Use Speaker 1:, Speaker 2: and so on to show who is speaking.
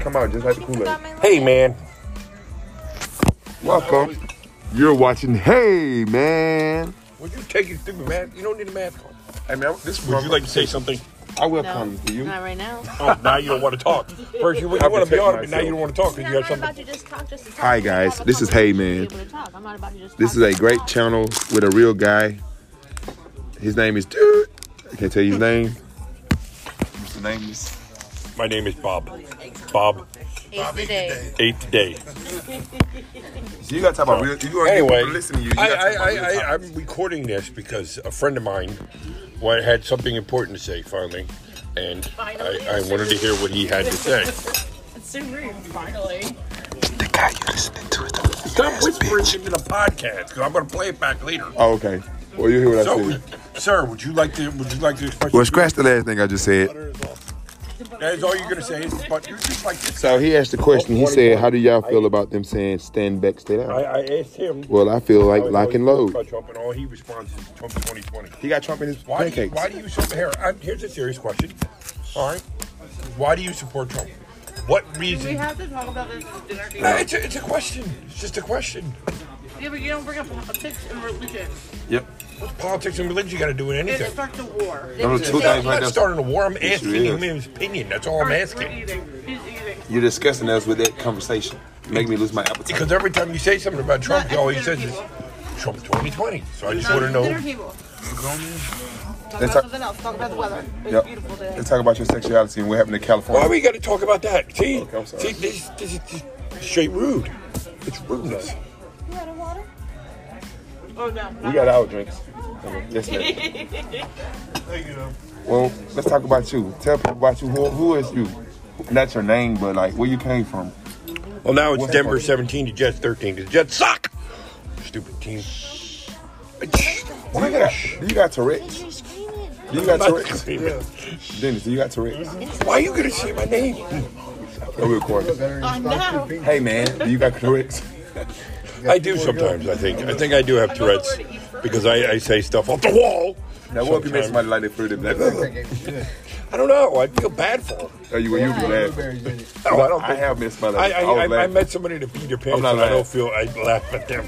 Speaker 1: Come out just like the Kool-Aid.
Speaker 2: Hey, man.
Speaker 1: Welcome. You're watching Hey Man.
Speaker 2: Would you take your stupid mask? You don't need a mask on.
Speaker 1: Hey man, this
Speaker 2: Would you like to say something?
Speaker 1: I will
Speaker 3: No,
Speaker 1: come to you.
Speaker 3: not right now.
Speaker 2: Oh, now you don't want to talk. First, you,
Speaker 1: I
Speaker 2: you want to be
Speaker 1: protect
Speaker 2: on it, but now
Speaker 1: myself.
Speaker 2: you don't want to talk
Speaker 3: See, I'm
Speaker 2: because you got
Speaker 3: not
Speaker 2: something.
Speaker 3: about to just talk just to talk.
Speaker 1: Hi,
Speaker 3: I'm
Speaker 1: guys.
Speaker 3: about to
Speaker 1: This is
Speaker 3: talk to
Speaker 1: Hey
Speaker 3: be
Speaker 1: Man.
Speaker 3: able to talk. I'm not about to just
Speaker 1: This
Speaker 3: talk
Speaker 1: is a
Speaker 3: just to
Speaker 1: great
Speaker 3: talk.
Speaker 1: channel with a real guy. His name is Dude. I can't tell you his name. What's the name is?
Speaker 2: My name is Bob. Bob,
Speaker 3: It's the day.
Speaker 2: eighth day.
Speaker 1: So you gotta talk about real. You gonna
Speaker 2: Anyway,
Speaker 1: get people to listen to you. you
Speaker 2: I,
Speaker 1: gotta talk
Speaker 2: I,
Speaker 1: about real
Speaker 2: I, I,
Speaker 1: topics.
Speaker 2: I'm recording this because a friend of mine wa- had something important to say finally, and I, I wanted to hear what he had to say.
Speaker 4: It's so rude. Finally.
Speaker 1: the guy you listening to is
Speaker 2: Stop whispering into the podcast because I'm going to play it back later.
Speaker 1: Oh, okay. Well, you hear what I
Speaker 2: So,
Speaker 1: said.
Speaker 2: sir, would you like to? Would you like to express?
Speaker 1: Well, scratch the last thing I just said.
Speaker 2: That is all you're going to say. Is, but you're just like this.
Speaker 1: So he asked the question. He said, "How do y'all feel about them saying stand back, stay
Speaker 2: I,
Speaker 1: down?"
Speaker 2: I asked him.
Speaker 1: Well, I feel like
Speaker 2: how he
Speaker 1: lock and
Speaker 2: feels
Speaker 1: load.
Speaker 2: about Trump, and all he responds is Trump 2020.
Speaker 1: He got Trump in his
Speaker 2: Why do you, why do you support? Here, i here's a serious question. All right, why do you support Trump? What
Speaker 4: We
Speaker 2: reason?
Speaker 4: have to talk about this at dinner
Speaker 2: No,
Speaker 4: table.
Speaker 2: it's, a, it's a question. It's just a question.
Speaker 4: Yeah, but you don't bring up politics and religion.
Speaker 1: Yep.
Speaker 2: What's politics and religion got to do with
Speaker 4: It
Speaker 2: anything?
Speaker 4: starts a war.
Speaker 1: Those are two
Speaker 2: I'm
Speaker 1: things right
Speaker 2: not
Speaker 1: there.
Speaker 2: starting a war. I'm
Speaker 1: Yes,
Speaker 2: asking
Speaker 1: it
Speaker 2: him
Speaker 1: is.
Speaker 2: his opinion. That's all I'm
Speaker 4: Alright, we're
Speaker 2: asking.
Speaker 4: eating. He's eating.
Speaker 1: You're discussing us with that conversation. Make me lose my appetite.
Speaker 2: Because every time you say something about Trump,
Speaker 4: Not
Speaker 2: he always
Speaker 4: at
Speaker 2: says
Speaker 4: dinner
Speaker 2: is
Speaker 4: table.
Speaker 2: Trump 2020. So I just want
Speaker 4: Not
Speaker 2: to
Speaker 4: at
Speaker 2: know.
Speaker 4: Dinner table. Talk
Speaker 1: That's
Speaker 4: about
Speaker 1: a-
Speaker 4: something else. Talk about the weather. It's
Speaker 1: Yep.
Speaker 4: beautiful today.
Speaker 1: Let's talk about your sexuality and what happened in
Speaker 2: Why
Speaker 1: California.
Speaker 2: we got to talk about that? See,
Speaker 1: Okay, Oh, I'm sorry.
Speaker 2: see, this, this is just straight rude. It's rudeness.
Speaker 4: Oh no.
Speaker 1: We got our drinks. Yes, ma'am. Well, let's talk about you. Tell people about you. Who, who is you? Not your name, but like where you came from.
Speaker 2: Well, now it's
Speaker 1: What-
Speaker 2: Denver 17 to Jets 13 because Jets suck. Stupid team. Oh
Speaker 1: Do you got, do you got Tourette's?
Speaker 3: You're screaming.
Speaker 1: Do you got Tourette's? Dennis, do you got Tourette's?
Speaker 2: Why are you gonna say my name?
Speaker 1: Hmm. Are we recording?
Speaker 4: I know.
Speaker 1: Hey, man, do you got Tourette's?
Speaker 2: I do sometimes. I think. I think I do have Tourette's because I, I say stuff off the wall.
Speaker 1: Now, what if you make
Speaker 2: Sometimes.
Speaker 1: somebody like that through the black?
Speaker 2: I don't know. I feel bad for them.
Speaker 1: Are you, will you be glad?
Speaker 5: Blueberries in it.
Speaker 2: No, I don't.
Speaker 1: I
Speaker 2: Think,
Speaker 1: have missed my
Speaker 2: I I,
Speaker 1: was
Speaker 2: I, I
Speaker 1: laughing.
Speaker 2: met somebody to pee their pants,
Speaker 1: not
Speaker 2: and I don't
Speaker 1: laughing.
Speaker 2: feel I laugh at them.